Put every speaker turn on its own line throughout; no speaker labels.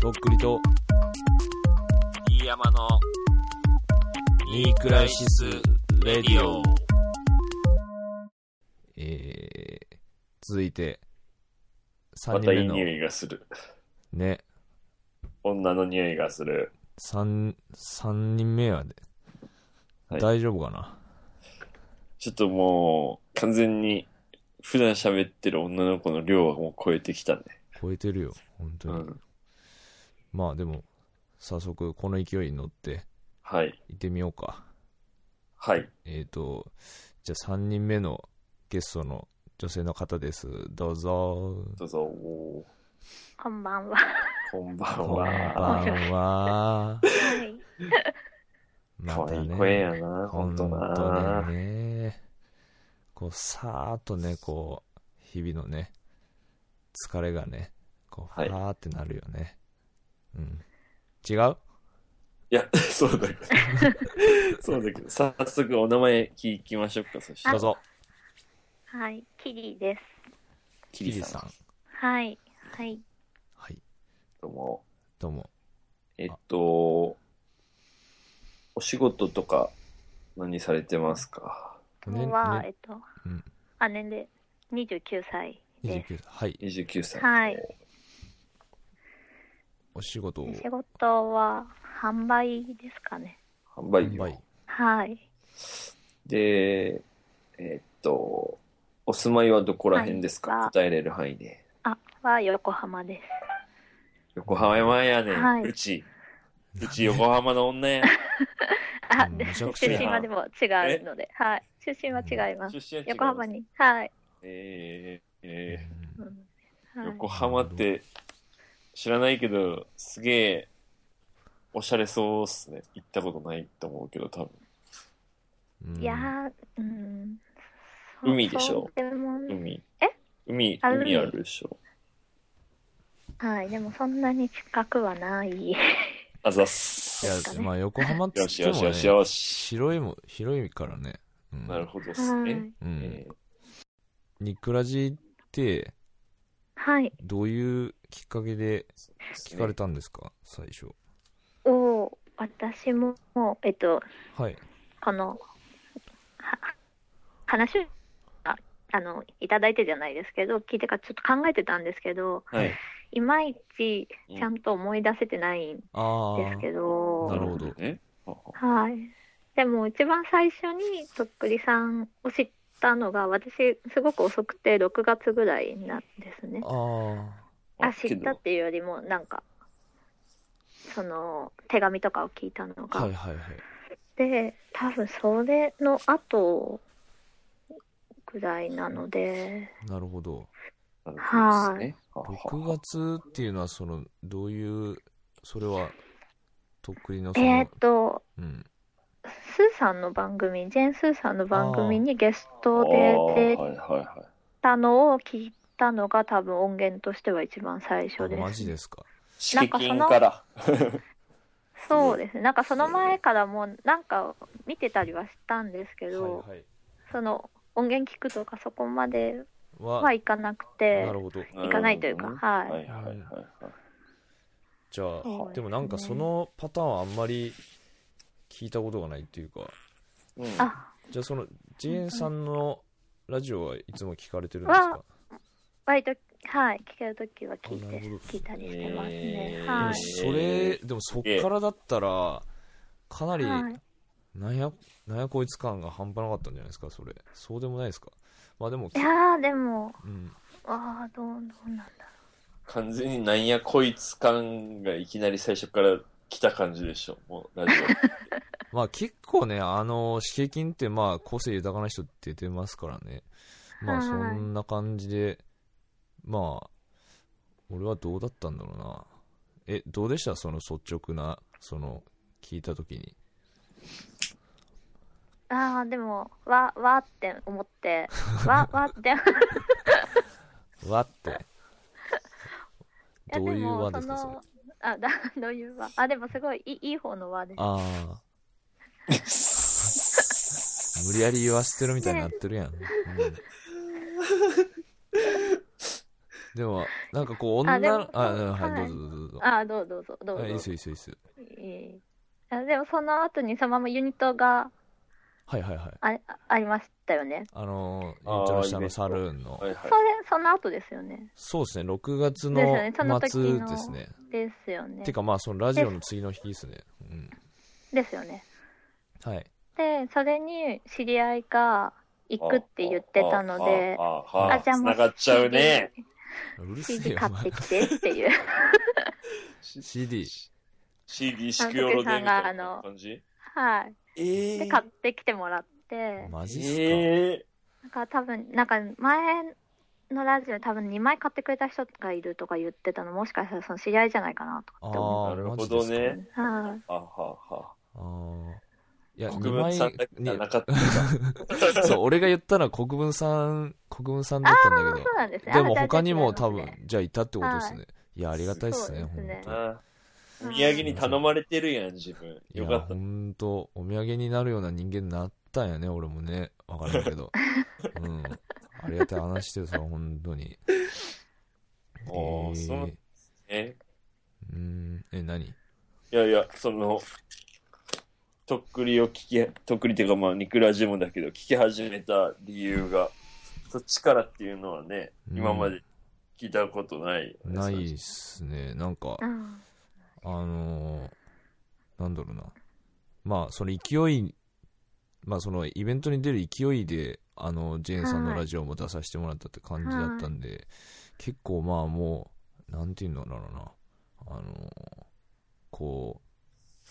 とっくりと、
飯山の
ニークライシス・レディオ。えー、続いて、3
ま
人
た
目
いい
の、
匂いがする。
ね、
女の匂いがする。
3、三人目やで、
はい
大丈夫かな
ちょっともう、完全に、普段喋ってる女の子の量はもう超えてきたね。
超えてるよ、本当
う
に。
ん。
まあでも、早速、この勢いに乗って、
はい。
行ってみようか。
はい。
えっ、と、じゃあ3人目のゲストの女性の方です。どうぞ。
どうぞ。おー
こんばんは。
こんばん
こんば
は。
んは。
はい。
ま
可
た
愛い
ね
声やな、ほ
本
んと
当
な。
ね。こう、さーっとね、こう、日々のね、疲れがね、こう、フ
はい
ァーってなるよね。うん。違う
いや、そうだけど。そうだけど、早速お名前聞きましょうか、そした
どう
ら。
ぞ。
はい。キリです。
キ
キ
リ
リ
さ
さ
ん。
ん。
はい。はい。
はい。
どうも。
どうも。
えっと、お仕事とか、何されてますか
今日は、え
ね
っと、
うん
あ、年齢29歳
ね
で
29
す。
はい。
?29 歳。
はい。
お仕事を
で。仕事は販売ですかね。
販売
販
業。
売
はい。
で、えっと、お住まいはどこら辺ですか、
はい
答えれる範囲で。
あ、は横浜で
横浜やねん、
はいう
ち。うち横浜の女や。
す。あ、
うん
で
めちゃくち
出
ゃや
身はでも違うので、はい。出身は違います。
出身は違います
横浜。に。はい。
えーえ
うん
うん
ー
はい
横浜って知らないけど、すげえおしゃれそうっすね。行ったことないと思うけど、多分。
うん
いやー、うん。そう
海でしょ
そうでも
海。
え
海、
あ
海
海
あるでしょ。
はい。でもそんなに近くはない。
あざっ
い
す。
や
ですか、ね
まあ横浜っつ
よ
っ
して
も、
よ
ね、
しよしよし。
広いも、広いからね。うん、
なるほどっす
は
ね。
い。
うん
えー
ニクラジって、
はい。
どういうきっかけで
そうです
聞
ね
かれたんですか、最初。
を私も、えっと、
はい。
この、は話をああのいただいてじゃないですけど、聞いてからちょっと考えてたんですけど、
はい。
いまいち
うん
ちゃんと思い出せてないん
ああ。
ですけ
なる
ど、
ほど
ね。あ
はい。でも一番最初にとっくりさんを知ったのが、私、すごく遅くて、6月ぐらいなんですね。
あ
あ、知ったっていうよりも、なんか、その、手紙とかを聞いたの
あ。
が、
はいはいはい。
で多分それの後ぐらいなので
なるほど。
なるほどですね。
6
は
月っていうのは、その、どういう、それは、とっくりのその、
えーっと
うん。
スーさんの番組ジェーン・スーさんの番組にゲスト
あ
で
ー
出
はいはいはい。
たのを聞いたのが多分音源としては一番最初です
マジですか。
な
敷
んかそ
金
の
から。
そうですねなんかその前からもうなんか見てたりはしたんですけど、
はい
その音源聞くとかそこまで
はい。は
はいかなくて
なるほど。
行かないというか
なるほどね
は
はいいはいはいはい。
じゃあ、
そうですね
でもなんかそのパターンはあんまり聞いたことがないっていうか、
うん
あ
じゃあその、ジェーンさんのラジオはいつも聞かれてるんですか
割とはい聞けるときは聞い
あな
て
るほど
聞いたりしてますね、
えー
で
は
も
い
それ、でもそっからだったら、かなり、
はい、
なんや、なんやこいつ感が半端なかったんじゃないですか、それ。そうでもないですか。まあでも、
いやーでも
うん。
ああどうどうなんだ
完全になんやこいつ感がいきなり最初から来た感じでしょ。もうラジ
まあ結構ね、あの、刺激金ってまあ個性豊かな人って出てますからね。まあ
はい
そんな感じで、まあ、俺はどうだったんだろうな。え、どうでしたその率直な、その、聞いたときに。
ああでもわわーって 思ってわわーって
わ って。
や
どういうわ
で
です
も
か、そ
そ
れ
の。あだ どういうわあでもすごいいいいい方のわです
ああ、
オ。
無理やり言わせてるみたいになってるやん。うんでも、なんかこう、
あ
女
でも
の、あ、
そう
はい、
は
ど
いう
ぞどうぞどうぞ。
あどうぞどうぞどうぞ
あいいっすよいいっすよいいっすよ
ええあでもその後にそのままユニットが
はいはいはい。
ああありましたよね
あのー、
あー
ゆうちょの下
イベン
のサル
ト
ーンの
は、い
そ
は
れその後ですよね
そうですね、6月
ですよねそ
の
の時
末
の
ですね。
ですよね
てかまあ、そのラジオの次の日ですね。うん。
ですよね
はい。
でそれに知り合いが
い。
行くって言ってたので
ああ、ああ、あ
あ
あ
じゃあもう
繋がっちゃうね。
うるせ
CD
えよ、
買
お
っ
前
て。きてっていう
CD。
CD 式よろでみたいな感じ
はい
ええ
で買ってきてもらって
マジっすか。
ええ
なんか多分なんか前のラジオで多分2枚買ってくれた人がいるとか言ってたのもしかしたらその知り合いじゃないかなとかって思
ああ、
なる
マ
ほ
ジで
ど
すか。
ね。
うはい
あはは。
ああ。いや、
国
2
分
枚
さんだけじゃなかった。
に、そう、俺が言ったのは国分さん、国分さんだったんだけ
そうなんですね
ど。で
あ
も
じゃあ
他にも
じゃあ
多
違います
分
ね、
じゃあいたってことです
は
ね。いや、ありがたいっすね、
そうですね
本
ああお土産に頼まれてるやん、自分。
当。
よ
い
か
や、
った
ほ。んと、お土産になるような人間になったんやね、俺もね。わからんけ ど。うん。ありがたい話してるさ、本当に。
おー
えー
そうえ
うん。え、何
いやいや、その、とっくりを聞き、とっくりっていうかまあ、ニクラジムだけど、聞き始めた理由が、そっちからっていうのはね、
うん
今まで聞いたことない、
ないっ。すね。なんか、
うん
あのーなんだろうな。まあ、その勢い、まあ、そのイベントに出る勢いで、あの、ジェーンさんの
はい
ラジオも出させてもらったって感じだったんで、結構まあもう、なんていうんだろうな。あのーこう、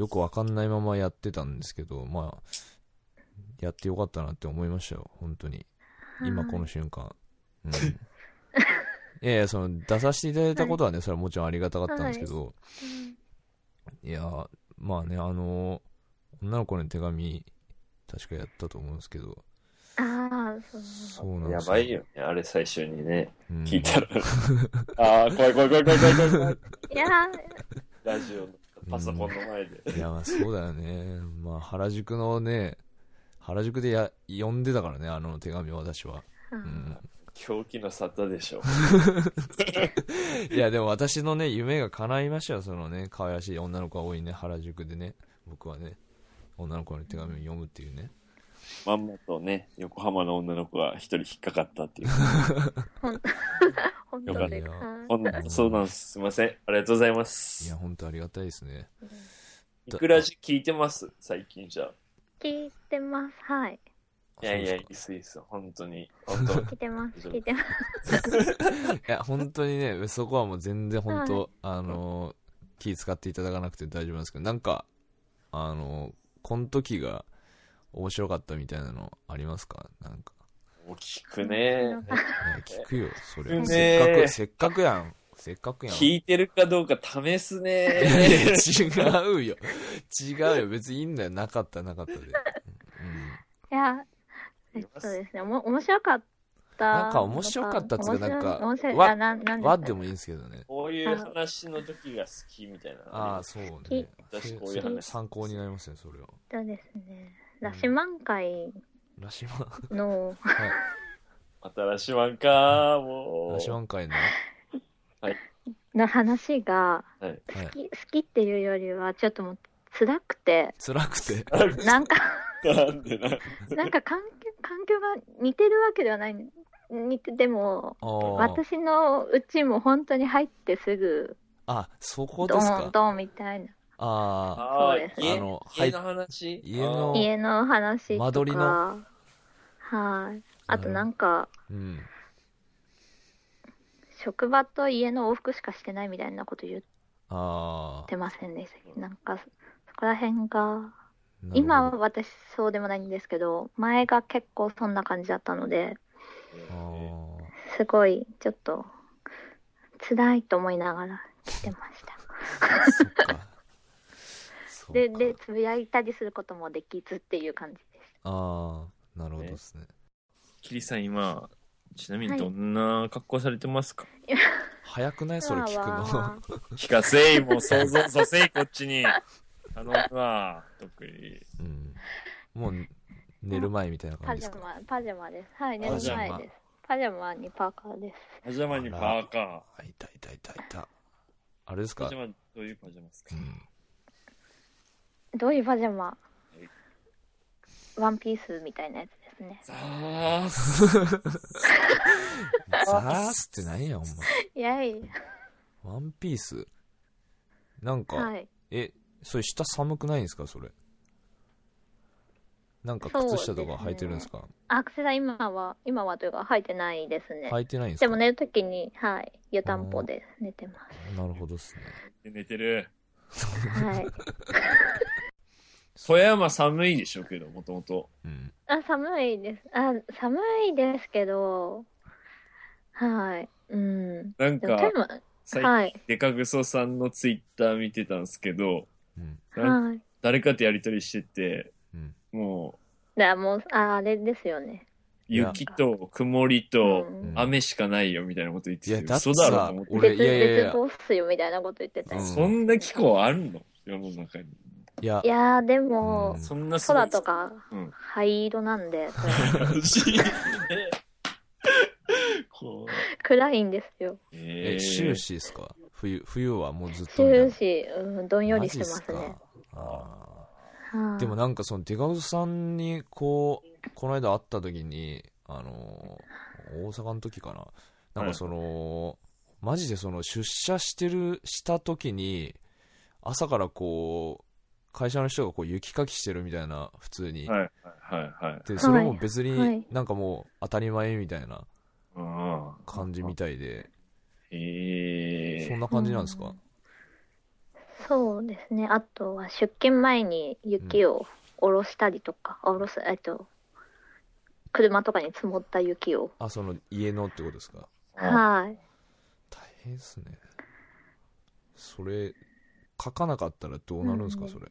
よくわかんないままやってたんですけど、まあ、やってよかったなって思いましたよ、本当に。今この瞬間。うん。いやいや、その、出させていただいたことはね、それはもちろんありがたかったんですけど、いや、まあね、あの、女の子の手紙、確かやったと思うんですけど、
ああそう
そうなんで
や
す
ばいよね、あれ最初にね、
うん
聞いたら。 ああ、怖い怖い怖い怖い怖い怖い怖い。
いや
ラジオの、パソコンの前で。
いや、まあそうだよね。まあ、原宿のね、原宿でや、呼んでたからね、あの手紙は私は。
う
うんん。
狂気の沙汰でしょ。
いや、でも私のね、夢が叶いましたよ、そのね、可愛らしい女の子が多いね、原宿でね、僕はね、女の子の手紙を読むっていうね。
まんまとね、横浜の女の子が一人引っかかったっていう。
本当で
よかった
はい
ほんそうなんです。すいません。ありがとうございま
いや、
す。
本当ありがたいですね。
いくらじ聞いてます最近じゃあ。
聞いてますはい
いやいや、
そうで
い
すか
いっすいいっす。本当に。本当。
聞いてます聞いてます
いや、本当にね、そこはもう全然本当、あのー、気使っていただかなくて大丈夫なんですけど、なんか、あのー、この時が面白かったみたいなのありますかなんか。
大きくね。
ね聞くよ、それ。
ね
せっかく、せっかくやん。せっかくやん。
聞いてるかどうか試すね。
いや違うよ。違うよ。別にいいんだよ。なかった、なかったで。うん
いやえっとですねおも面白かった
なんか面白かったっつうかなんか
面白い
わ
あななん
わ
すか
でもいいんですけどね。
こういう話の時が好きみたいな。
ああ、そう
き
ね。
私こういう
そ
話
参考になりますね、それは。
そうですね。ラシマン会
ラシマン、
の、
はい。
新しいワンか、もう。
ラシマン会の。
の話が、
はい
好。き、好きっていうよりは、ちょっともう、辛くて、
辛くて。
なん か、
なんでな。
なんか環境、環境が似てるわけではない。似て、でも、
あー
私のうちも本当に入ってすぐ、
あ、そこ
ド
です
ーン
か。
ドーンみたいな。
あ
ああ
そうで、す
家
あの
家の話
家の
家の話
間
と
取り
か、はい。あとなんか、
あ、うん。
職場と家の往復しかしてないみたいなこと言っ
あ
てませんでしたっけなんか、そこら
あ。
辺が、
なるほど
今は、私そうでもないんですけど前が結構そんな感じだったので
あー
すごいちょっと辛いと思いながら来てました
そっか。そう
で
か
でつぶやいたりすることもできずっていう感じで
ああ、なるほどですね。
キリさん、今、ちなみにどんな格好されてますか、
早くない
す
それ聞く
今
の。
は
聞かせい、もう想像させい、こっちに。頼むわ、特に。
うん。もう、寝る前みたいな
パ
感じ
ジ
です
ャ
か。
マパジャマですはい寝
パ
る
ジャマ
前ですパジャマにパーカーです。
パジャマにパーカ
あいたいたいたいたあれです
ー。パ
か
ジャマ、どういうパジャマですか
うん
どういうパジャマ
い
ワンピースみたいなやつですね。
ザース。
ザースって何やほん
いやい。
まワンピースなんか、
はい。
えそれ下寒くないんですかそれなんか
そうで
靴
す
下
ね
とか履いてるんですか
アクセサ今は、今はというか履いてないですね。
履いてないんですか
でも寝るときに、はい、湯たんぽで寝てます。
なるほどですね
寝てる。
はい。
富山寒いでしょうけど、もともと。
うん
あ、寒いです。あ、寒いですけど、はい。うん。
なん
でも、
か
で、も
最近、
はい。
デカグソさんのツイッター見てたんですけど、
うん
なん
はい。
誰かとやりとりしてて、
うん
も
だからもう、ああれですよね。
う、雪と曇りと
うん
ん
雨しかないよみたいなこと言って
いや
て、
だって
嘘だろと
さ
思って。
俺い
別
やいやい
別
や
どうすよみたいなこと言ってたよ。
うん
そんな気候あるの世の中に。
いや
いやー、でも
うん、
そんな
空と。か
うん
灰色なん で、それ
欲しいね。こう。
暗いんですよ。
え
え終 始ですか冬冬はもうずっとみたい
終
な
始、うん、どんよりしてま
マジ
す
っ
ね。
すかあ
は
ー
い
でもなんかそのデカウスさんにこうこの間会った時にあのー大阪の時かななんかその、マジでその出社してるした時に朝からこう会社の人がこう雪かきしてるみたいな普通に、
はいはいはいはい。
でそれも別
は
に
い
なんかもう当たり前みたいな
うん
感じみたいで、
え
そんな感じなんですか、
うんそうですね。あとは出勤前に雪を下ろしたりとか、下ろす、えっと、車とかに積もった雪を。
あその家のってことですか
あ
はい。
大変ですねそれ書かなかったらどうなるんですか、
うん
それ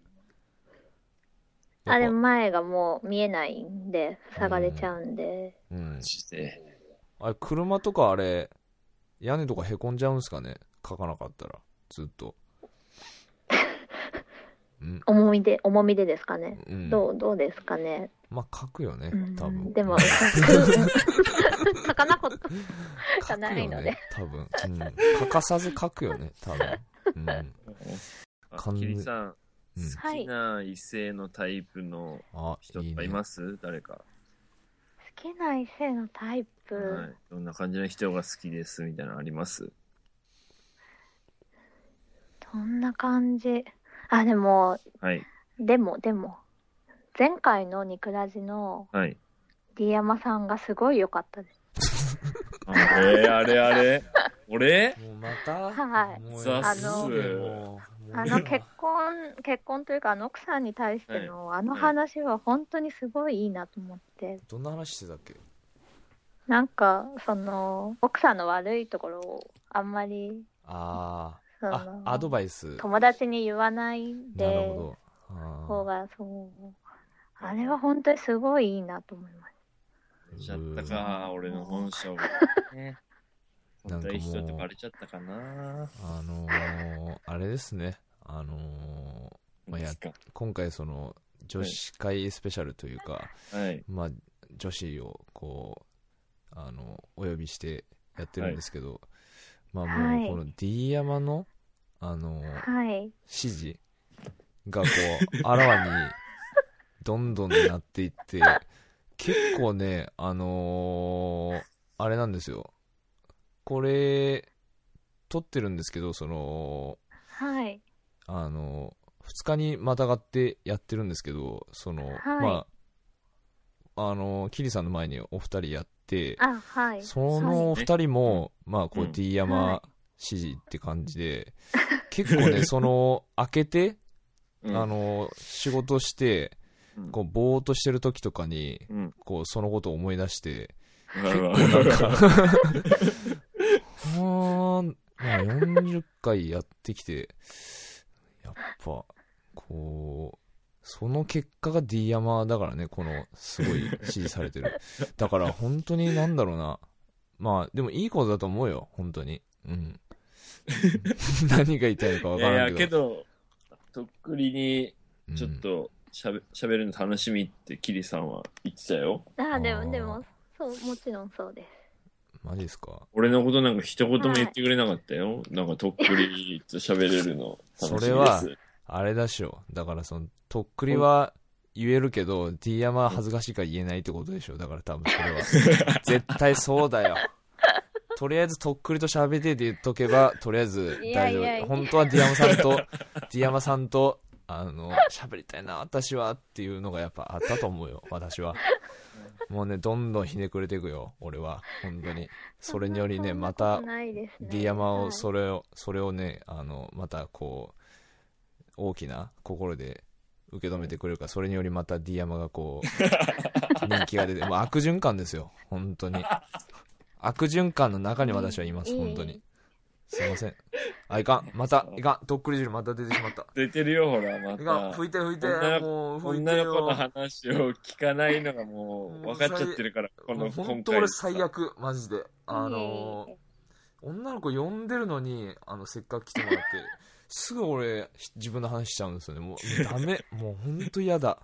あれ
も
前がもう見えないんで、塞がれちゃうんで。
うん
マ、ジで。
あれ車とかあれ屋根とかへこんじゃうんですかね書かなかったらずっ とうん、
重みで、重みでですかね。
うん、
どう、どうですかね。
まあ書くよね
うん
多分
で も、書かなこと。
書くよ
ないので
ね多分、うん、 欠かさず書くよね多分うん
あ
完全
キリさん、
うん
好きな異性のタイプの
あ
人
いい
とか
ね
います誰か。
好きな異性のタイプ。
はい。どんな感じの人が好きですみたいなのあります
どんな感じあ、でも、
はい。
でも、でも、前回のニクラジの
はい。
D 山さんがすごい良かったです。
あれあれあれ俺
もうまた
はい
もう
ザ
ッス
もうもう
あの結婚、 結婚というか、あの奥さんに対してのあの話は本当にすごいいいなと思って、
どんな話してたっけ
なんか、その、奥さんの悪いところをあんまり、
あ
そ
ーあ
の、
アドバイス
友達に言わない
なる
で、
ほど
方
あ
が、そう、あれは本当にすごいいいなと思いまし
ちゃったか、俺の本 性が。ね。
なん
本
かもう
当にいい人ってバレちゃったかな。
ーあのーあれですねあのーまあ
い
や
か。
今回その女子会スペシャルというか、
はい。
まあ女子をこうあのお呼びしてやってるんですけど、まあもうこの D 山のあのー
た。はい。
指示がこ うあらわにどんどんなっていって結構ねあのーあれなんですよこれ撮ってるんですけどその
はい。
あの2日にまたがってやってるんですけどその、
はい
まああのキリさんの前にお二人やって
あ、はい。
そ
はい
の2人も、まあこ
う
うん D
は
山指示って感じ で、結構ねその開けて
うん
あ、の仕事して
うん
こうぼーっとしてる時とかに
うん。
こうそのことを思い出して
わかるわ
こうなん
か
かは
る
ーんま あ40回やってきてやっぱこうその結果が D 山だからねこのすごい支持されてるだから本当になんだろうなまあでもいいことだと思うよ本当にうん 何が言いたいのか分
い
か
やい
らん
や、
け
け
ど
ど、とっくりに、
うん
ちょっとしゃべ、しゃべるの楽しみってキリさんは言ってたよ。
あで
あー
もでもそうもちろんそうです
マジですか
俺のことなんか一言も言ってくれなかったよ。なんかとっくりと喋れるの楽し みです。
それはあれだしょだからそのとっくりは言えるけど D 山は恥ずかしいから言えないってことでしょだから多分それは絶対そうだよとりあえずとっくりと喋ってって言っとけばとりあえず大丈夫
いやいや
本当は D 山さんと D 山さんとあの喋りたいな私はっていうのがやっぱあったと思うよ私はもうねどんどんひねくれていくよ俺は本当にそれによりね
そんな
ま
こと
た
ないですね
D 山
は
を
い
それをそれをねあのまたこう大きな心で受け止めてくれるからそれによりまた D 山がこう人気が 出てもう悪循環ですよ本当に悪循環の中に私はいます
いい
本当にすいませんあいかんまたいかんとっくり汁また出てしまった
出てるよ、ほら、ま
いかん
た
拭。いて拭いて
女の
もう拭いて
女の子の
よ
話を聞かないのがもう分かっちゃってるから、こ
も
の
う
今
本当
回
俺。最悪マジであのー
いえいえいえ
女の子呼んでるのにあのせっかく来てもら ってすぐ俺自分の話しちゃうんですよねもうダメ もう本当嫌だ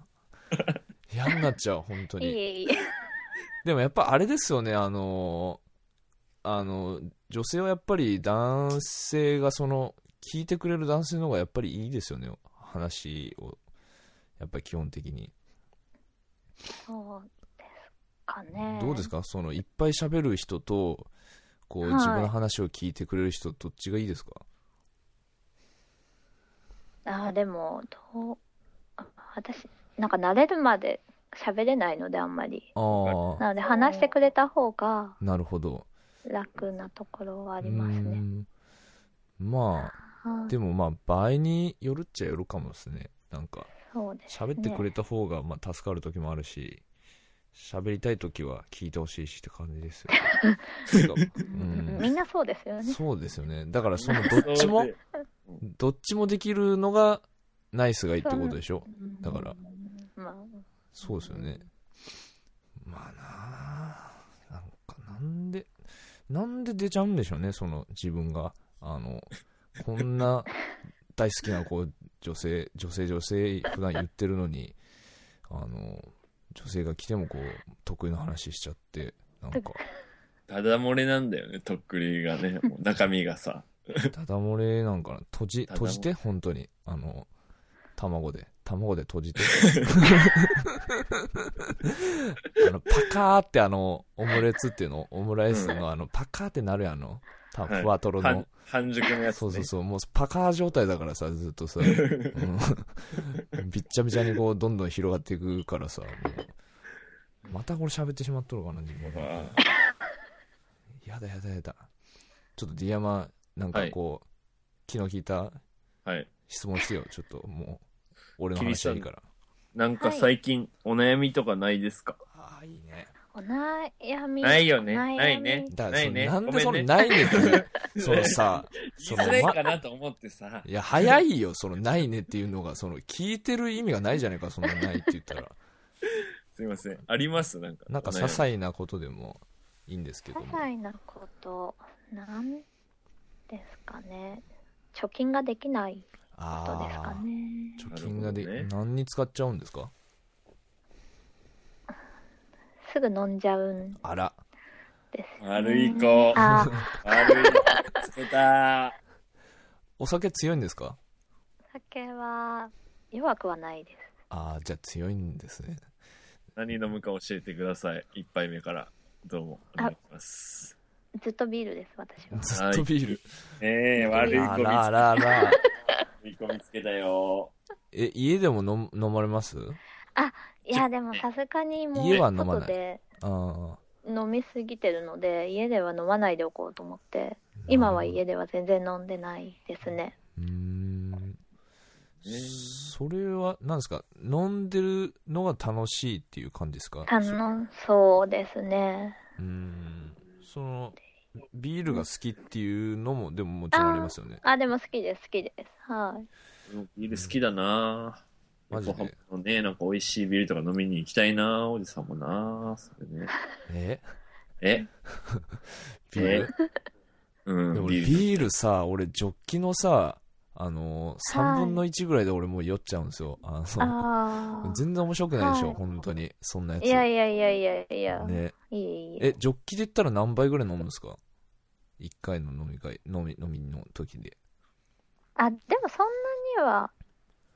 嫌になっちゃう本当
い
に
えいえ
でもやっぱあれですよねあのあの女性はやっぱり男性がその聞いてくれる男性の方がやっぱりいいですよね話をやっぱり基本的に
そうですかね
どうですかそのいっぱい喋る人とこう
はい
自分の話を聞いてくれる人どっちがいいですか
あーでもどうあ私なんか慣れるまで喋れないのであんまり
ああ
なので話してくれた方が
なるほど
楽なところはあります
うー
ね
んま
は
あ
い
でもまあ場合によるっちゃよるかもですねなんか
そうですね
喋ってくれた方がまあ助かる時もあるし喋りたい時は聞いてほしいしって感じです よ、ねう
み
ん、
んなそうですよね
そうですよねだからそのどっちもどっちもできるのがナイスがいいってことでしょだから
まあ
そうですよねまあなあなんかなんでなんで出ちゃうんでしょうねその自分があのこんな大好きなこう女性女性女性普段言ってるのにあの女性が来てもこう得意な話しちゃってなんか
ただ漏れなんだよね、とっくりがね。もう中身がさ。
ただ漏れなんかな閉じ
ただ漏
閉
れ
じて本当にあの卵で卵で閉 じてあのパカーってあのオムレツっていうのオムライスのあのパカーってなるやんあのた
はい
ふわとろの、
半半熟のやつ、
そう
ね。
そうそうもうパカー状態だからさずっと さ、うんびっちゃびちゃにこうどんどん広がっていくからさもうまたこれ喋ってしまっとるかな自分
あ
やだやだやだちょっと D 山なんかこう、気の利いた
あはい。
質問してよちょっともう俺の話はいいから
なんか最近、お悩みとかないですか
ああいいね
お悩み
ないよね
お悩み
ないね
だから
な
そ
い
の
ね
なんで
ごめん
その
ね
ないね ってそのさ
言
そ
い
の
づらい
ま
かなと思ってさ。
いや早いよそのないねっていうのがその聞いてる意味がないじゃないかそのないって言った ら
すいません。ありますなんか。
なんか
お
些
悩み
細なことでもいいんですけ
些
ども
細なことなんですかね貯金ができないことですか
ああ
ね
貯金がで、
なるほどね
何に使っちゃうんですか
すぐ飲んじゃうん
あら
です
悪い子。
あ
悪い子。つけた。
お酒強いんですか
酒は弱くはないです
ああじゃあ強いんですね
何飲むか教えてください。一杯目から。どうも。お願いします。
ずっとビールです私は
ずっとビール
ええ悪い子
あ
見つけ
らあらあら
悪い子見つけたよ。
え家でも飲む飲まれます
いやでもさすがにもう
家は飲まない
外で
ああ
飲みすぎてるので家では飲まないでおこうと思って今は家では全然飲んでないですね
うーん
えー
それは何ですか飲んでるのが楽しいっていう感じですか
楽しそうですね
うーんそのビールが好きっていうのもでももちろんありますよね
あでも好きです好きですはい
ビール好きだな
マジで
横浜のね、なんか美味しいビールとか飲みに行きたいなおじさんもなそれね。
え
え
ビール
う
でも
ん、
俺
ビール。
ビールさ俺ジョッキのさああのー、3分の1ぐらいで俺もう酔っちゃうんですよ。あの
ああ。
全然面白くないでしょ、
はい
本当に。そんなやつ。
いやいやいやいやいや。
ね、
いいいい。
え、ジョッキで言ったら何杯ぐらい飲むんですか ?1 回の飲み会、飲み、飲みの時で。
あ、でもそんなには、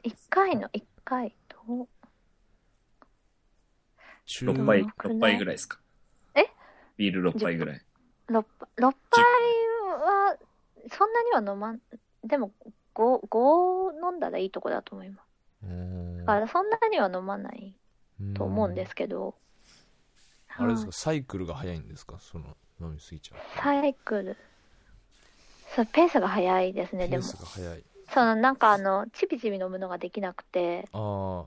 1回の1回と、
中
6杯、
杯うん
6杯ぐらいですか。
え
ビール6杯ぐらい。
6杯は、そんなには飲まん、でも5、5飲んだらいいとこだと思います。だからそんなには飲まないと思うんですけど。
あれです
は
か、サイクルが早いんですかその、飲みすぎちゃう。
いサイクル。そう、ペースが早いですね、
ペ
で
ー
も。
スが早い。
その、なんかあの、ちびちび飲むのができなくて、
ああ、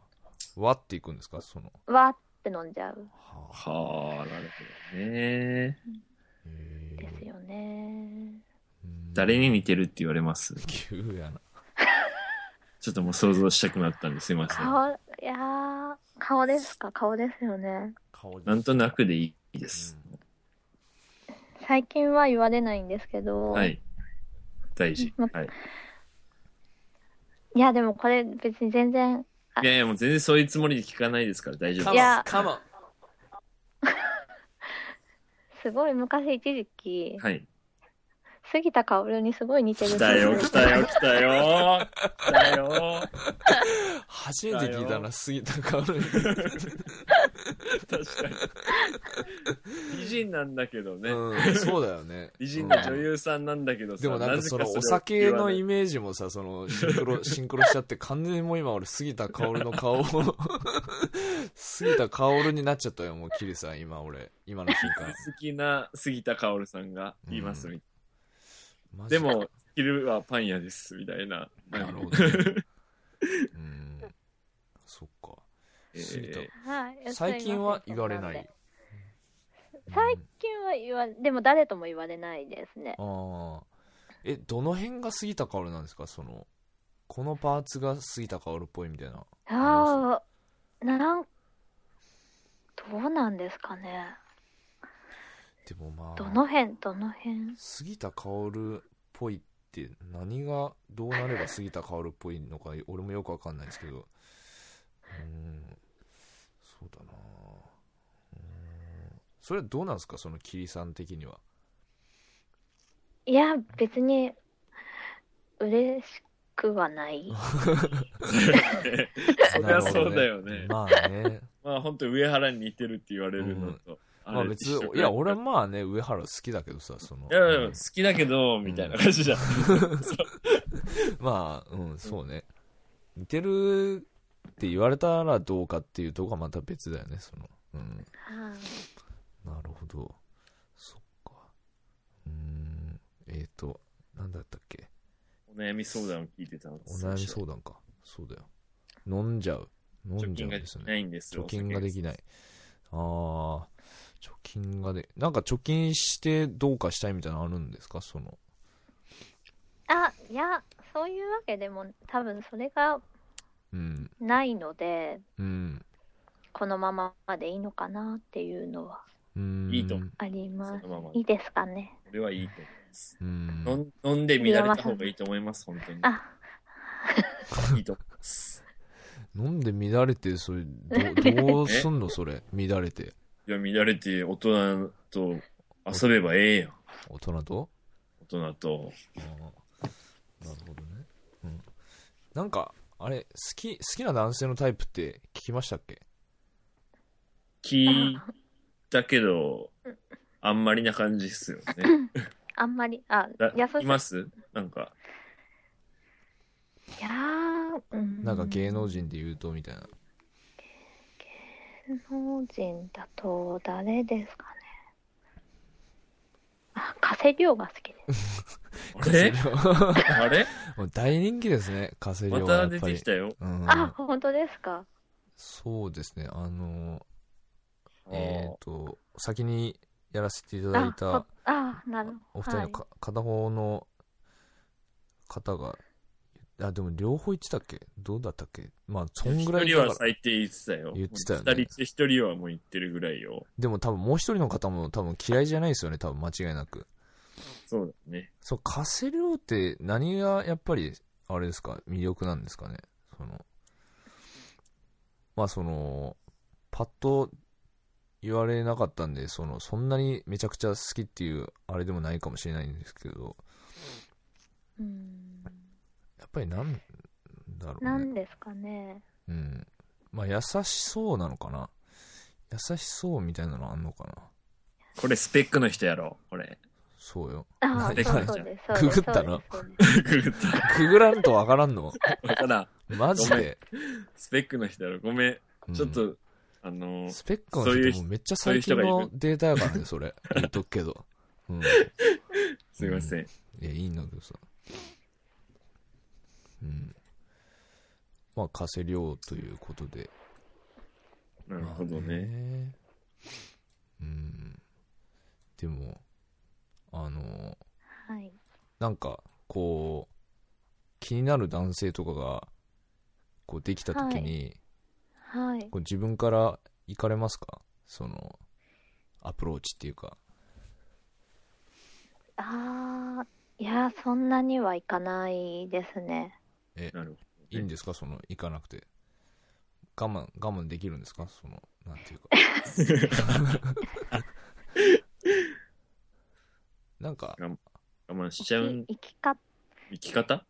割っていくんですかその。
わーって飲んじゃう
はあ、
はあ、なるほど
へ
ね。
ん
え
ですよ
う
ね。
ん
誰に似てるって言われます
急やな。
ちょっともう想像したくなったんですいません。
顔、いやー、顔ですか、顔ですよね。
顔です
なんとなくでいいです。
最近は言われないんですけど、
は、い。大事。はい。
いや、でもこれ別に全然、
いやいや、もう全然そういうつもりで聞かないですから大丈夫です。
いや
カモン
すごい昔一時期、
はい。
杉田薫にすごい似てる
来
って
た
い
よ、
う
来たよ、来たよ。 来たよ。
初めて聞いた
だ
な、
よ
杉田薫。
確かに。美人なんだけどね。
うん、そうだよね。
美人な女優さんなんだけどさ、
でもなんかそのお
ぜかれ
酒
を言わ
の
ない
イメージもさ、そのシンク ロ、シンクロしちゃって完全にもう今俺杉田薫の顔を、 杉田薫になっちゃったよ、もうキリさん、今俺、今の瞬 間。
好きな杉田薫さんがいます、
うマジ
で、も昼はパン屋ですみたいな
なる
な
ほ
んか
ど、ね。うん、そっか。
えー
杉田、
はい
最近は言われない。
最近は言わでも誰とも言われないですね
ああえどの辺が杉田薫なんですかそのこのパーツが杉田薫っぽいみたいな
ああなんどうなんですかね
でもま
ど
あ
の辺どの辺
杉田薫っぽいって何がどうなれば杉田薫っぽいのか俺もよくわかんないですけどうーんそうだなうーんそれはどうなんですかそのキリさん的にはい
や別に嬉しく はない
そりゃそうだよね
なるほどまあ ね
まあ本当上原に似てるって言われるのと、あれ
まあ別
一緒
に
く
い
ら
や俺はまあね上原好きだけどさその
いやいや好きだけどみたいな感じじゃん、
まあうんそうね似てるって言われたらどうかっていうとこはまた別だよねそのうん
はい
なるほどそっかうーんえっ、となんだったっけ
お悩み相談を聞いてたの
お悩み相談かそうだよ飲んじゃう飲ん
貯
じゃう
金
ん
が
で
ですき
よ
な
ね
いんですよ
貯金ができないあー貯金がでなんか貯金してどうかしたいみたいなのあるんですかその
あいやそういうわけでも多分それが
うん
ないので
うん
このままでいいのかなっていうのは
うーん
いいと
あります
そのまま
いいですかね
俺はいいと思います
うん
飲ん飲んでみられた方がいいと思います本当に
あ
いいと思います
飲んで乱れてそれ どどうすんのそれ乱れて
いや乱れて大人と遊べばええやん
大人と
大人と
ああなるほどね、うん、なんかあれ好き好きな男性のタイプって聞きましたっけ
聞いたけど、あんまりな感じっすよね。
あんまりあ
だ
優し
いますなんか、
いやー、うん、
なんか芸能人で言うとみたいな
芸能人だと誰ですかねあ加瀬亮が好きです
あ れ
加瀬
あれ
亮もう大人気ですね加瀬
ま
亮はや
た
っ
出
ぱ
て
り、
きたよ。
うん、
あ本当ですか
そうですねあの
あー
えっ、と先にやらせていただい
あ
た
そあなる
お二人のか、片方の方があでも両方言ってたっけどうだったっけまあそんぐら
一
い
人
だ
は
から
最低言ってたよ。
言ってたよね
もう二人中一人はもう言ってるぐらいよ。
でも多分もう一人の方も多分嫌いじゃないですよね多分間違いなく
そうだね。
そう加瀬亮って何がやっぱりあれですか、魅力なんですかね。その、まあその、パッと言われなかったんで、その、そんなにめちゃくちゃ好きっていうあれでもないかもしれないんですけど、
うん。
やっぱりなんだろ
な
うね。
んですかね。
うん。まあ優しそうなのかな。優しそうみたいなのあんのかな。
これスペックの人やろ、こ れ。
そうよ。
ああ、
で
そうそうです。そうです
ググったの
そうです
ググった。
くぐらんとわからんの。
わからん
マジで。
スペックの人やろ。ごめん。
うん
ちょっと、あのー
スペックの
そういう
人
人
もめっちゃ最近
そういう人がい
の
る
データやからね、それ。言っとくけど。うん。い
すいません。
や、いいんだけどさ。うん。まあ、稼量ということで。
なるほど
まあ
ね。
ねうん。でも、あの、
はい。
なんか、こう、気になる男性とかが、こう、できたときに、
はい。
こう自分から行かれますかその、アプローチっていうか。
ああ、いや、そんなにはいかないですね。
なるほ
いいんですかその、行かなくて。我慢、我慢できるんですかその、なんていうか。 なんか、
ど。我慢しちゃう
生きか
生き方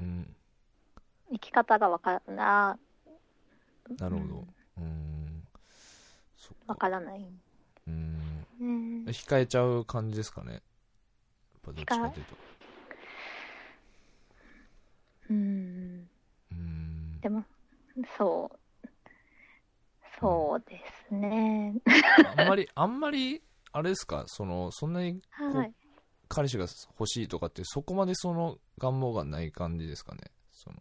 うん、
生き方がわからな
なるほど。うーん、そ
わ
っか。
からない。ね
うーん、
え
控えちゃう感じですかね。やっぱどっちかというと。
うん。
うーん
で、も、そう。そうですね。
あんまり、あんまり、あれですかその、そんなに
はい。
彼氏が欲しいとかってそこまでその願望がない感じですかねその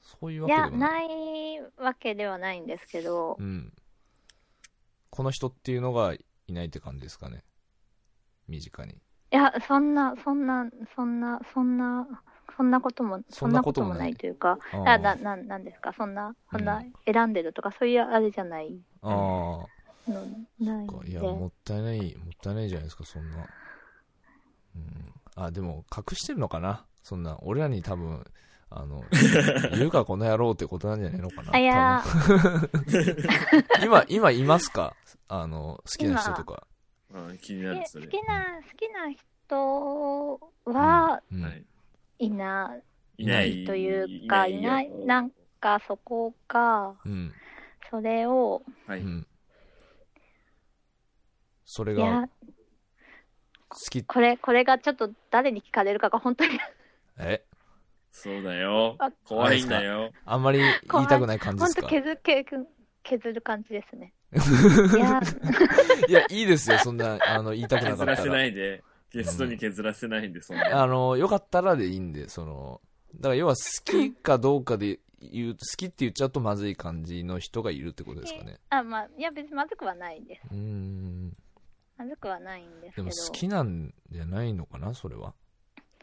そういうわ
い
けで
や、
もない
ないわけではないんですけど
う、ん、この人っていうのがいないって感じですかね身近に
いや、そんな、そんな、そんな、そんな、そんなことも、
そ
そ
ん
ん
な
な
こ
ことと
も
も
な
ないいというか、
あ
あ
ー
な、な、なんですか、そんな、そん
う、
なん選んでるとか、そういうあれじゃない
あ
の、ない
ー
ん
いや
で。
もったいないもったいないじゃないですかそんな、うん、あでも隠してるのかなそんな俺らに多分あの 言うかこの野郎ってことなんじゃないのかな
あ、いや
多、分今今いますかあの好きな人とか
うん、気にな
え
る、
好
それ。
きな、好きな人は、
うん
はい。
いない
ない。
いというか、いない、なんか、そこが、
うん
それを、
は
う
い。
ん、それ
い
が
や、
好き
これ、これがちょっと誰に聞かれるかが本当に、
え
そうだよ
あ。
怖いんだよ。
あんまり言いたくない感じで
本
す
当
か
削、削、削る感じで すね。いや、
いやいいですよそんなあの言いたくな
削
かっ
ら
た
せな
ら
いで。ゲストに削らせないんで、そんな。
あのよかったらでいいんでそのだから要は好きかどうかで言う好きって言っちゃうとまずい感じの人がいるってことですかね
あ、まあ、いや、別にまずくはないです。
うーん
まずくはないんで
で
すけ
も
ど。
好きなんじゃないのかなそれは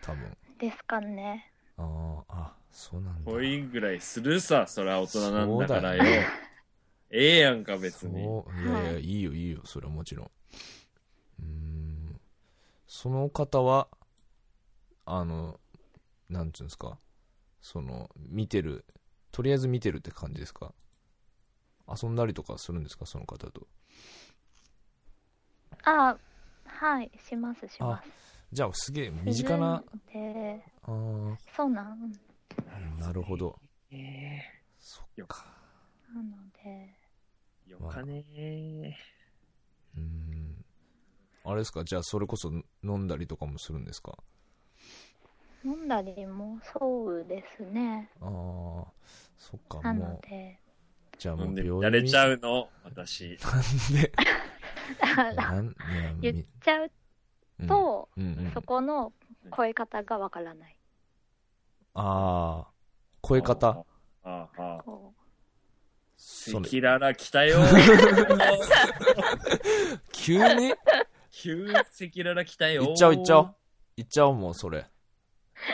多分
ですかね。
あああそうなんだ
恋ぐらいするさ、そりゃ大人なんだからよ
そうだよ。
ええやんか、別に。
そういやいや、
はい
いよいいよ、それはもちろん。うーん。その方は、あの、なんつうんですか、その、見てる、とりあえず見てるって感じですか遊んだりとかするんですか、その方と。
あ、はい、します、します。
じゃあ、すげえ身近な、
自分で。
あー
そうなん
なるほど。
え
そっか。
なので。
えよかねえ。
うーん。あれですか、じゃあ、それこそ飲んだりとかもするんですか
飲んだりもそうですね。
ああ、そっか、
なの
もう、
で。
じゃあも
飲ん
う
で、
病
や
院
れ
に
ちゃうの、私。
で
あ
なんいや
言っ
み
ちゃうと、
うんうんうん
そこの声方がわからない。
ああ、声方。。
ああ、ああ。
こう
そ
赤
の
裸々来たよ。
急に
急に赤裸々来たよ。
行っちゃおう行っちゃおう。行っちゃおうもうそれ。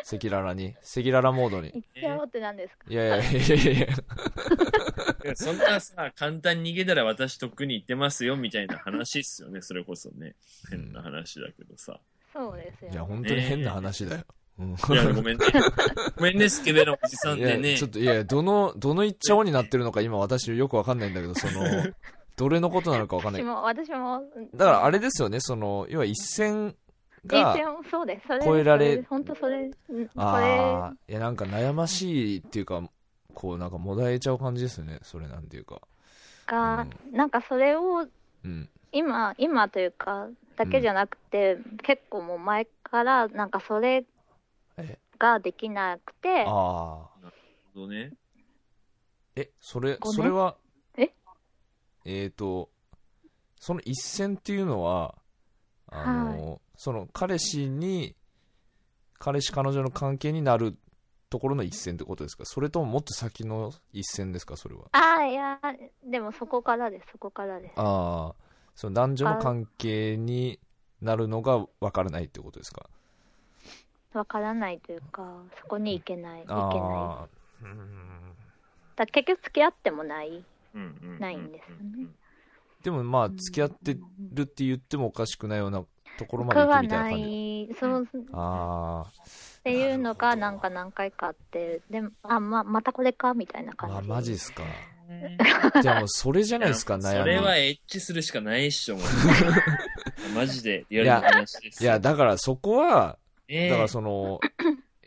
赤裸々に。赤裸々モードに。
言っちゃおうってなんですか
いやいやいやいやいや。
いやそんなさ、簡単に逃げたら私とっくに行ってますよ、みたいな話っすよね。それこそね。変な話だけどさ。
そうです
いや、
よね。
本当に変な話だよ。うん
いや、ごめ んね。ごめんね、スケベのおじさん
い
で
や、
ね
ちょ。っと、いや、どの、どの一丁になってるのか今私よくわかんないんだけど、そ の、どれのことなのかわかんない
私。も、私も、
だからあれですよね、その、要は一線が、
冷静そうです。それ
超えられ
本当それ、うんこれ、
ああ、いや、なんか悩ましいっていうか、こう、なんかもだえちゃう感じですよね、それなんていうか。
が、なんかそれを
うん。
今、今というか、だけじゃなくて、結構もう前から、なんかそれ
え
ができなくて、
ああ。
そうね。
え、それ、
ごめん
それは、
え
えっ、と、その一線っていうのは、あの、その彼氏に、彼氏彼女の関係になるところの一線ってことですかそれとももっと先の一線ですかそれは。
ああ、いや、でもそこからです、そこからです。
ああ、その男女の関係になるのが分からないってことですか
わからないというか、そこに行けない、行けない。
ああ、うん
だ結局付き合ってもない。
うんうんうん。
ないんですよね
でもまあ、付き合ってるって言ってもおかしくないようなところまで
僕
行
は
くみたいな
な
感じ。
い、そう、
ああ。
っていうのが
な
な
る
ん
ほど
か何回かあってでもあままたこれかみたいな感じ
あ、マジっすか。
うん
じゃあもうそれじゃないですか、
いや
悩
それは
み。
エッチするしかないっしょ、 もうマジで、リアル
いや
な話です。
いや、だからそこは、
ねえ
だからその、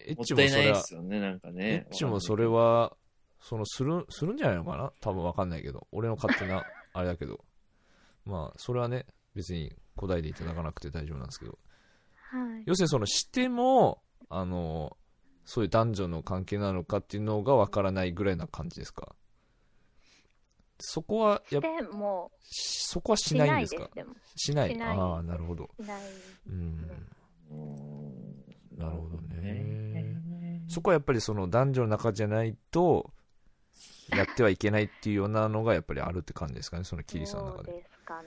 エッ
もっ
チも
たい
そ
な
れ
いで
は、
すよね、なんか
エ
ね。
ッチもそれは、その、する、するんじゃないのかな多分わかんないけど。俺の勝手 な、あれだけど。まあ、それはね、別に答えていただかなくて大丈夫なんですけど。
はい
要するにそのしてもあのそういう男女の関係なのかっていうのがわからないぐらいな感じですかそこはやっぱ
でも
そこは
う
し
し
ないん
な
で
い
す
で
か
すでも
しない
しない
ああなるほど
しない
うん
うん。
なるほどねそこはやっぱりその男女の中じゃないとやってはいけないっていうようなのがやっぱりあるって感じですかねそのキリさんの中
そう
で
ですか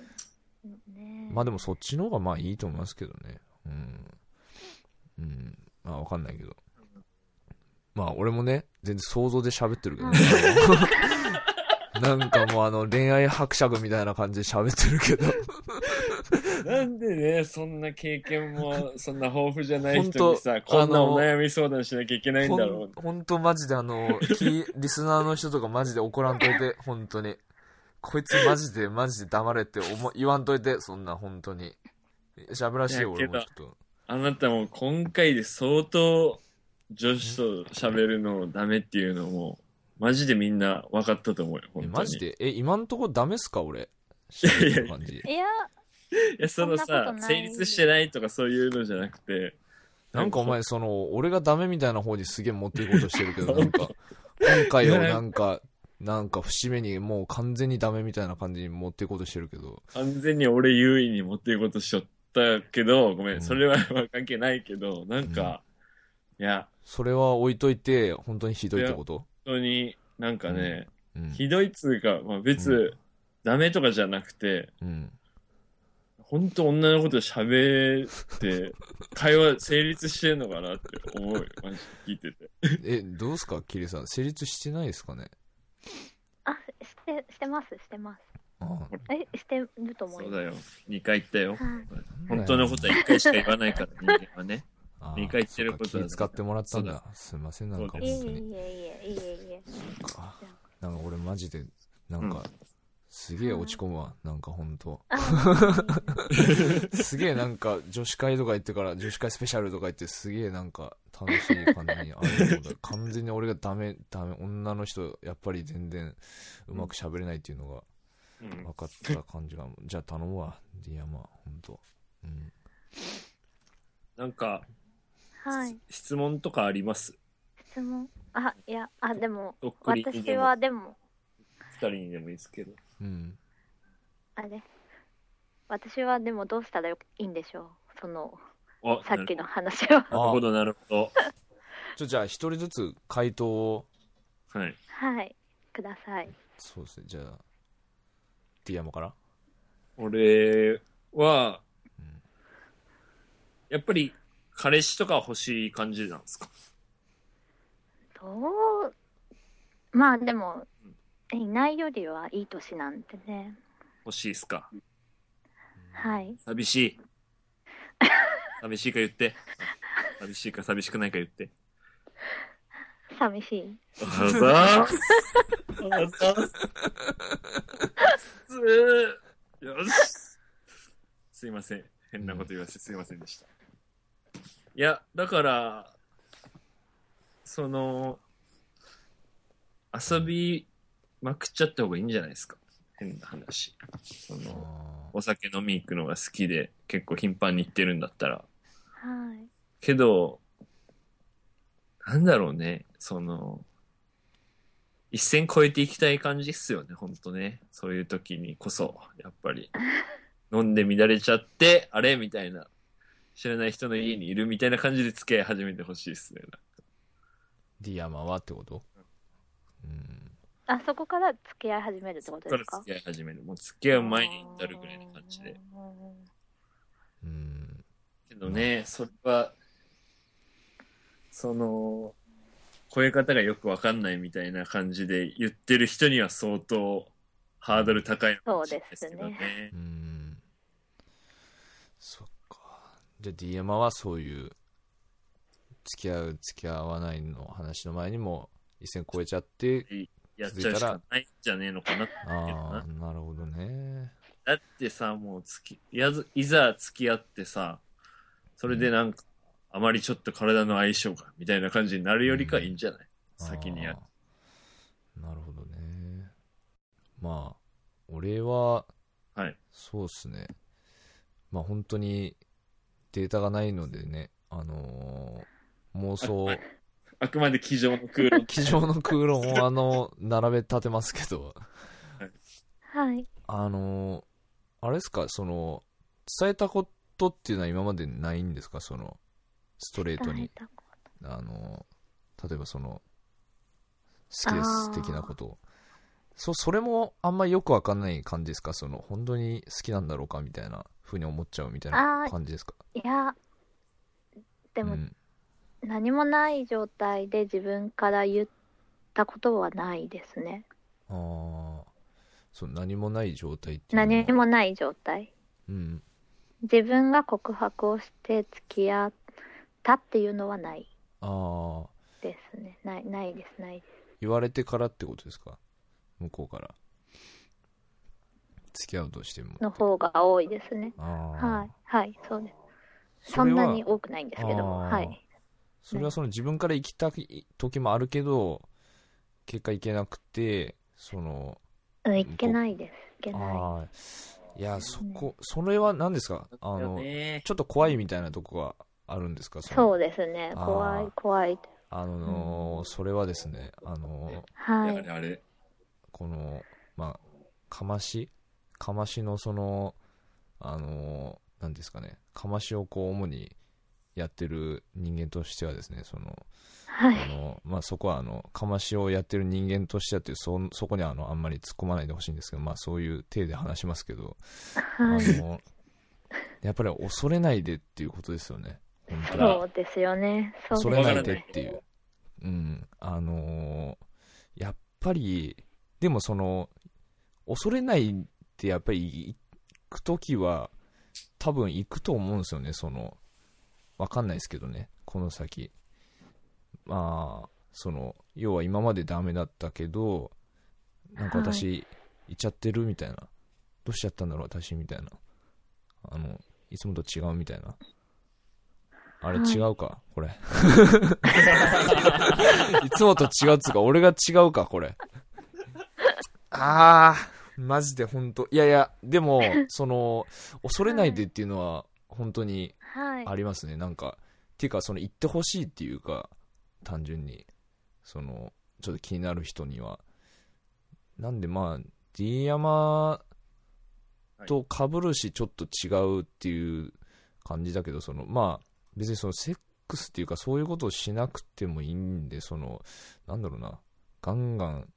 ね
まあでもそっちの方がまあいいと思いますけどねうんうんまあわかんないけどまあ俺もね全然想像で喋ってるけど、ね、 なんかもうあの恋愛伯爵みたいな感じで喋ってるけど
なんでね、そんな経験も、そんな豊富じゃない人
ほん
に
と
さ、こんな
あの
お悩み相談しなきゃいけないんだろう。
本当マジであ のきリスナーの人とかマジで怒らんといて本当にこいつマジでマジで黙れって思言わんといてそんな本当に喋らしてよ
いや
俺も
けど
ちょっと
あなたも今回で相当女子と喋るのダメっていうのも、マジでみんな分かったと思うよ、本当
え
に。
マジでえ今んとこダメっすか俺
やい
喋
や
ってる感じ
いや
いや、その
そんなこ
さ
と、ない
成立してないとかそういうのじゃなくて、
なんかお前、その、俺がダメみたいな方にすげえ持っていこうとしてるけど、 なんか、今回をなんか、なんか節目にもう完全にダメみたいな感じに持っていこうとしてるけど、
完全に俺優位に持っていこうとしちゃったけど、ごめん、
うん
それは 関係ないけど、なんか、いや、
それは置いといて、本当にひどいってこと
本当になんかね、
うん。
ひどいっつうか、まあ別、
うん
ダメとかじゃなくて、
うん。
本当女のこと喋 って、会話成立してんのかなって思うよ、マジで聞いて て。
え、どうすかキリさん。成立してないですかね
あしてしてますしてます
あ
えしてると思
そ
いうます
だよ、2回言ったよ。
はい
本当のことは1回しか言わないから、人間はね。
あ
二回言ってることだ
そっか気使ってもらったんだ。
そう
すいません、なんか
そう
いえ
本
い
当
え
に。
いえいえいえいえ
あなんか俺マジで、なんか、
うん
すげえ落ち込むわ。なんか本当。
あ
すげえなんか女子会とか行ってから女子会スペシャルとか言ってすげえなんか楽しい感じにあると思う完全に俺がダメダメ女の人やっぱり全然うまく喋れないっていうのが
うん
分かった感じがじゃあ頼むわディアマ本当うん
なんか、
はい
質問とかあります
質問あいやあでも
とっくりに
私
でも
はでも
二人にでもいいですけど。
うん
あれ私はでもどうしたらよいいんでしょうその
あ
さっきの話
な
を
るほど、なるほ
ちょじゃあ一人ずつ回答を
ど。はい。
はいください
そうですねじゃあディアマから
俺は
うん、
やっぱり、彼氏とか欲しい感じなんですか
どうまあでもいないよりはいい年なんてね
欲しいですか
はい
寂しい。寂しいか言って。寂しいか寂しくないか言って。
寂しい。
あざーあざーすよしすいません。変なこと言わせてすいませんでした。いや、だから、その、遊びまくっちゃった方がいいんじゃないですか。変な話。そ
あ
の、
ー
お酒飲み行くのが好きで、結構頻繁に行ってるんだったら。
はい。
けど、なんだろうね、その、一線超えていきたい感じっすよね、ほんとね。そういう時にこそ、やっぱり。飲んで乱れちゃって、あれみたいな。知らない人の家にいるみたいな感じで付き合い始めてほしいっすね。
ディアマはってことうん
あそこから付き合い始めるってこと
か
で
ら
すか
付き合い始める。もう付き合う前に至るぐらいの感じで。。
うん
けどね、それは、その、声方がよくわかんないみたいな感じで言ってる人には相当ハードル高いのかもしれないけど
そうです
ね
う。んそっかじゃあ DM はそういう付き合う付き合わないの話の前にも一線超えちゃって
やっちゃうしかないんじゃねえのかなって思うけど
あ
な
あなるほどね
だってさ、もう付き、やずいざ付き合ってさ、それでなんか、あまりちょっと体の相性が、みたいな感じになるよりかはいいんじゃない、先にやる。
あーなるほどねまあ俺は
はい。
そうっすねまあ本当にデータがないのでねあのー妄想
あくまで机上の空論。
机上の空論 をあの並べ立てますけど
はい。
あのーあれですかその伝えたことっていうのは今までないんですかそのストレート
伝え
に
たこ
あのー例えばその好きで
あ
す
ー
的なことをそそれもあんまよくわかんない感じですかその本当に好きなんだろうかみたいな風に思っちゃうみたい
あ
な
ー
感じですか
といや、でも
うん
何もない状態で自分から言ったことはないですね。
ああそう何もない状態っていうのは
何もない状態。
うん
自分が告白をして付き合ったっていうのはない
ああ
ですね。ない、ないです、ないです。
言われてからってことですか向こうから付き合うとしても
の方が多いですね。
ああ
はい、はい、そうです。
そ
そ
れ
ん
は
なに多くないんですけども、
あー
はい。
それはその自分から行きたい時もあるけど結果行けなくてその
うん、いけないです。いけない。
ああいやそこそれは何ですかあの
ね
ちょっと怖いみたいなとこがあるんですかその
そうですね。
あー
怖い、怖い。
あのーそれはですねあのー
や
は
はいり。あれ、
このまあかましかましのそのあの何ですかねかましをこう主にやってる人間としてはですねその
は
あ
い。
の、まあ、そこはあのかましをやってる人間としてはっていうそんそこにはあのあんまり突っ込まないでほしいんですけど、まあ、そういう体で話しますけど、
はい。
あのやっぱり恐れないでっていうことですよね本当に
そうですよね。そ
そうれ
です
ない
よ
で
ね。
っていう。うん。あのーやっぱり、でもその、恐れないってやっぱり行くときは、多分行くと思うんですよね、その、わかんないですけどね、この先。まあ、その、要は今までダメだったけど、なんか私、行っちゃってるみたいな。どうしちゃったんだろう、私みたいな。あの、いつもと違うみたいな。あれ
はい
違うか、これ。 いつもと違うっつうか、俺が違うか、これ。あー、マジで本当いやいや、でも、その、恐れないでっていうのは、本当に
はい。
ありますね。なんか、っていうか、その、言ってほしいっていうか、単純に、その、ちょっと気になる人には。なんで、まあ、D 山と被るし、ちょっと違うっていう感じだけど、その、まあ、別にその、セックスっていうか、そういうことをしなくてもいいんで、その、なんだろうな、ガンガン、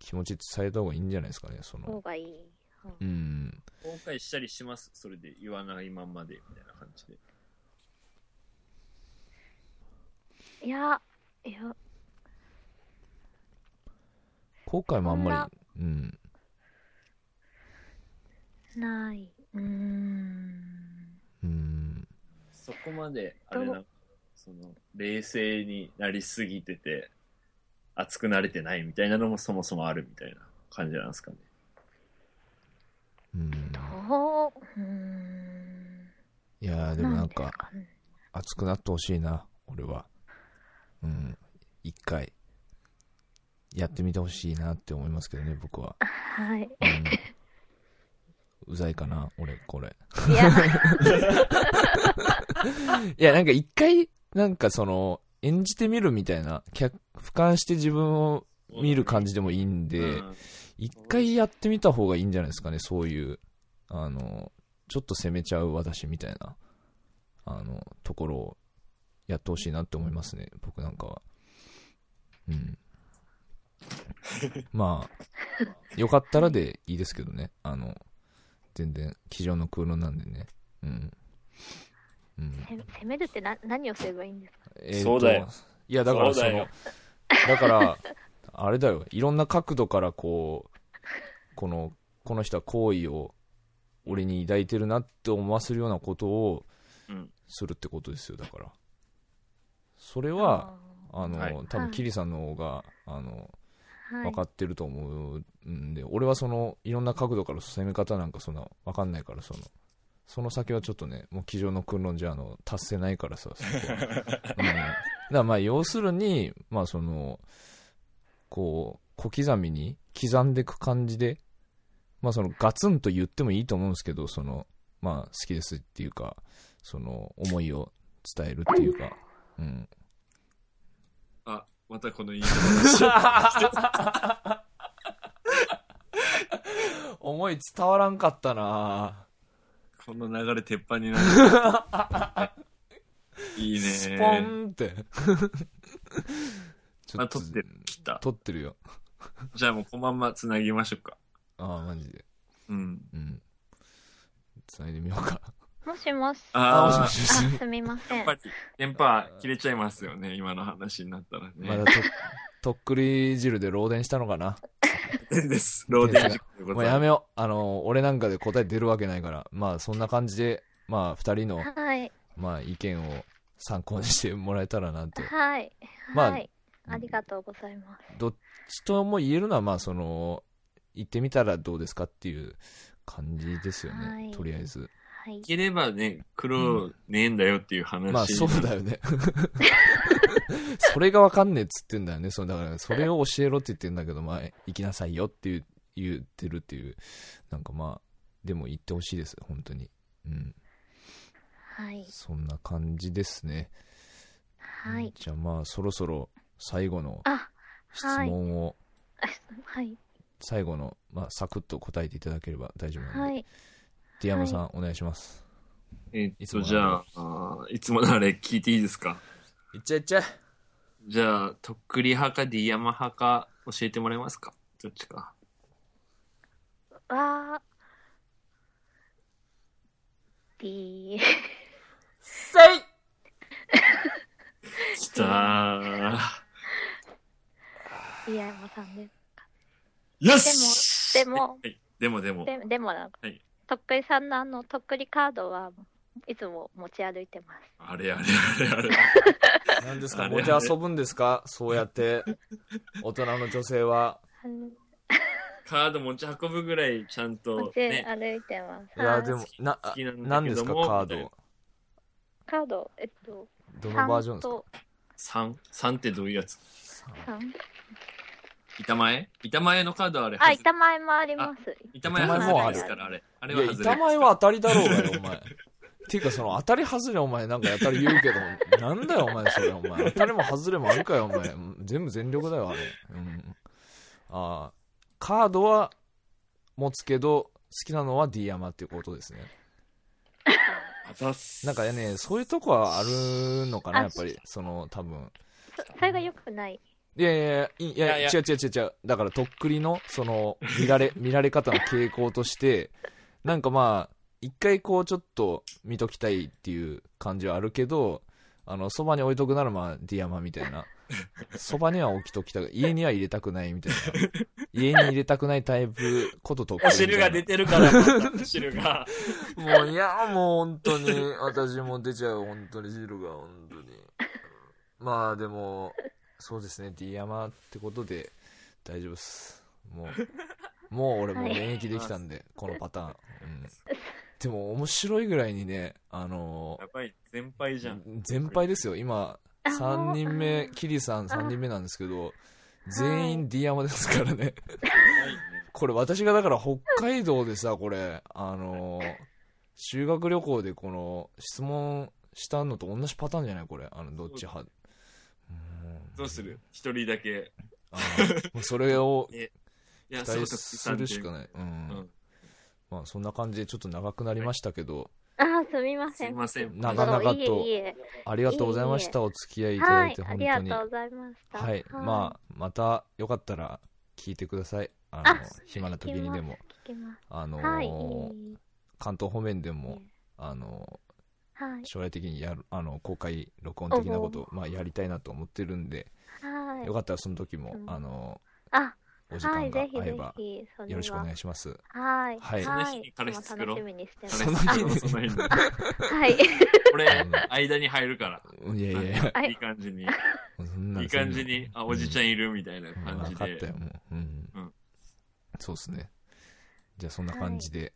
気持ち伝えた方がいいんじゃないですかね、そ
方
の。
がいい。
うん。
後悔したりします。それで言わないまんまで、みたいな感じで。
いや、いや、
後悔もあんまり、うん。
ない。うーん。
うん。
そこまで、あれな、その、冷静になりすぎてて、熱くなれてないみたいなのもそもそもあるみたいな感じなんですかね。
うん。
どう、うーん。
いやーでもなんか
です、ね
熱くなってほしいな、俺は。うん。一回、やってみてほしいなって思いますけどね、僕は。
はい。
うん。うざいかな、俺、これ。
いや、
いや、なんか一回、なんかその、演じてみるみたいな、客俯瞰して自分を 見る感じでもいいん
う
で、
ん
一回やってみた方がいいんじゃないですかね、そういう、あの、ちょっと攻めちゃう私みたいな、あの、ところをやってほしいなって思いますね、僕なんかは。うん。まあ、よかったらでいいですけどね、あの、全然、机上の空論なんでね。うん。うん。
せ攻めるってな何をすればいいんですか
えーと
そうだよ。
いや、だからそ
そうだ
の
よ、
だから、あれだよ、いろんな角度からこう、この、この人は好意を俺に抱いてるなって思わせるようなことを
うん
するってことですよ、だから。それは、あの、
はい
多
は
分
い
キリさんの方が、あの、
あーはい
分かってると思うんで、俺はその、いろんな角度から攻め方なんかそんな分かんないから、その、その先はちょっとね、もう机上の訓論じゃあの達せないからさ、そこはうん、だからまあ要するに、まあその、こう、小刻みに刻んでいく感じで、まあそのガツンと言ってもいいと思うんですけど、その、まあ好きですっていうか、その思いを伝えるっていうか、うん。
あ、またこの言い方。
思い伝わらんかったな
この流れ鉄板にな る。いいね。
スポン って。ち
あ撮ってる切った。
撮ってるよ。
じゃあもうこのまんま繋ぎましょうか。
ああ、マジで。
うん。
うん。繋いでみようか。
もしもし。
あ
あ
あ、
ー
もしもしもし。
あすみませ
やっ
ん
ぱ。り、電波切れちゃいますよね、今の話になったらね。
まだと、とっくり汁で漏電したのかな。
全 です。ローテーションということ
もう
で
やめよう。あの、俺なんかで答え出るわけないから。まあ、そんな感じで、まあ、二人の、
はい。
まあ、意見を参考にしてもらえたらなと。
はい。
まあ
はい。ありがとうございます。
どっちとも言えるのは、まあ、その、行ってみたらどうですかっていう感じですよね。
はい
とりあえず。
はい。
いければね、苦労ねえんだよっていう話。
まあそうだよね。 それがわかんねえっつってんだよね。そうだからそれを教えろって言ってんだけど、まあ行きなさいよっていう言ってるっていう、なんかまあ、でも行ってほしいです、本当に。うん。
はい。
そんな感じですね。
はい。
じゃあまあそろそろ最後の
あ、
質問を、
はい。
最後の、まあサクッと答えていただければ大丈夫なので、
はい。
ディアマさんお願いします。
えっ
いつ
と、
もの
じゃああー、いつものあれ聞いていいですか
いっちゃいっちゃい。
じゃあ、とっくり派か D 山派か教えてもらえますかどっちか。
わー。D。
きたー。
いや、もうさんで
よ
す。でも、
はいでもでも、
でも、ででもなんか
はい、
とっくりさんのあの、とっくりカードはいつも持ち歩いてます。
あれあれあ れあれ。
何です
あ
か
れあ
持
れ
ち遊ぶんですかそうやって。大人の女性は。
あの
カード持ち運ぶぐらいちゃん
持
と、
ち
ね、
歩いてます。
いや、
はい
でも、な、
好きなんだけども
何ですか、カード。
カード、えっと、
どのバージョン
3
ですか
と
3、3ってどういうやつ
三。
板前板前のカードあれ。
あ、板前もあります。
板前
板
外
前
れ
もある
ですから、あれ。あれ
い
は
や、
外れですから。
板前は当たりだろうがよ、お前。っていうか、その、当たり外れ、お前、なんかやったり言うけど、なんだよ、お前、それ、お前。当たりも外れもあるかよ、お前。全部全力だよ、あれ。うん。ああ、カードは持つけど、好きなのは D 山っていうことですね。
あざっす
なんかね、そういうとこはあるのかな、
あ
やっぱり。その、多分。
そそれが良くない。
いやいやいや、いや
い
いや、
やい
違う違う違う違う。だから、とっくりの、その、見られ、見 られ方の傾向として、なんかまあ、一回こう、ちょっと見ときたいっていう感じはあるけど、あの、そばに置いとくなら、まあ、ディアマみたいな。そばには置きときたい。家には入れたくないみたいな。家に入れたくないタイプこととっくり
お
みたいな。
汁が出てる から、お汁が。
もう、いや、もう本当に、私も出ちゃう、本当に、汁が、本当に。まあでも、そうですね、D 山ってことで大丈夫っす。もう、もう俺もう免疫できたんで、このパターン。うん。でも面白いぐらいにね、あの
やばい、全敗じゃん。
全敗ですよ。今、3人目、
も
キリさん3人目なんですけど、全
は
員 D 山ですか
や
らね。
ばいね
これ私がだから北海道でさ、これ、あのー修学旅行でこの質問したのと同じパターンじゃないこれ。あの、どっち派。ん
どうする一人だけ。
あーもうそれを
い
期
や、
待
だ
するしか ない。う。
うんん。
まあそんな感じでちょっと長くなりましたけど、
あー、すみませ
すい
ん。
ません。
長々と
いえいえ
ありがとうございました。お付き合いいただ
はいい
て、
あ
本
り
当
が
に。
とうございました。
はい。まあ、またよかったら聞いてください。あの、
あ
暇な時にでも。
聞きます。
あのー
はい。
関東方面で
いい
も
ね、
あのー
はい。
将来的にやるあの公開録音的なことを、まあ、やりたいなと思ってるんで、
はい
よ。かったらその時も、
うん
あの
あ、
お時
は
間
い。
が
ぜ
合
ひ
え
ぜ
ば
ひ、それは
よろしくお願いします。
はい。
はい
その日に彼氏作ろう
楽しみにしてます。
その日に
その日に。
はい。
俺、間に入るか
うんいやいやいや、
は
ら。
い
いい感じに。
そんない
い感じに、あ、おじちゃ
ん
んいるみたいな
うん
感じ
分かっ
で
たよ、。もう。うん。
うん
そうですね。じゃあそんな感じで、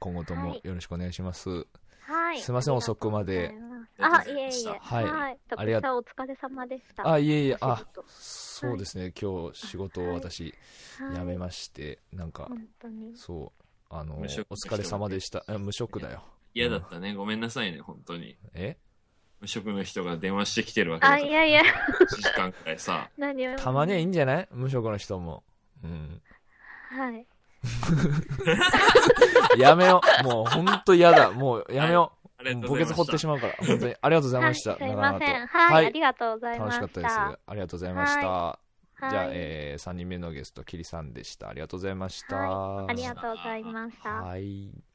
今後ともよろしくお願いします。
はい。
すいません
ありがとうございますあ、いえいえ。
はいあ
あ
り
り
が
が
と
とう。お疲れ様でした。
あ、いえいえ、
お
あ
仕、事
そうですね、今日仕事を私、
はい
辞めまして、なんか、
本当に。
そう、あの、お
無職の人
疲れ様でした。え無職だよ。
嫌だったね。ごめんなさいね、本当に。
え
無職の人が電話してきてるわけだか
あ、
ら
い。やいや、
1時間くらいさ。
何を。
たまにはいいんじゃない無職の人も。うん。
はい。
やめよう。もうほんと嫌だ。もうやめよ
あ
う。
りがとう
墓
ございました。
穴掘ってしまうから。本当に。ありがとうございました。
はいすいませ
長々
ん。
と
はい。ありがとうございま
楽
し。
したかったです。ありがとうございました。
はい
じゃあ、え3人目のゲスト、キリさんでした。ありがとうございました。
はいありがとうございました。
はい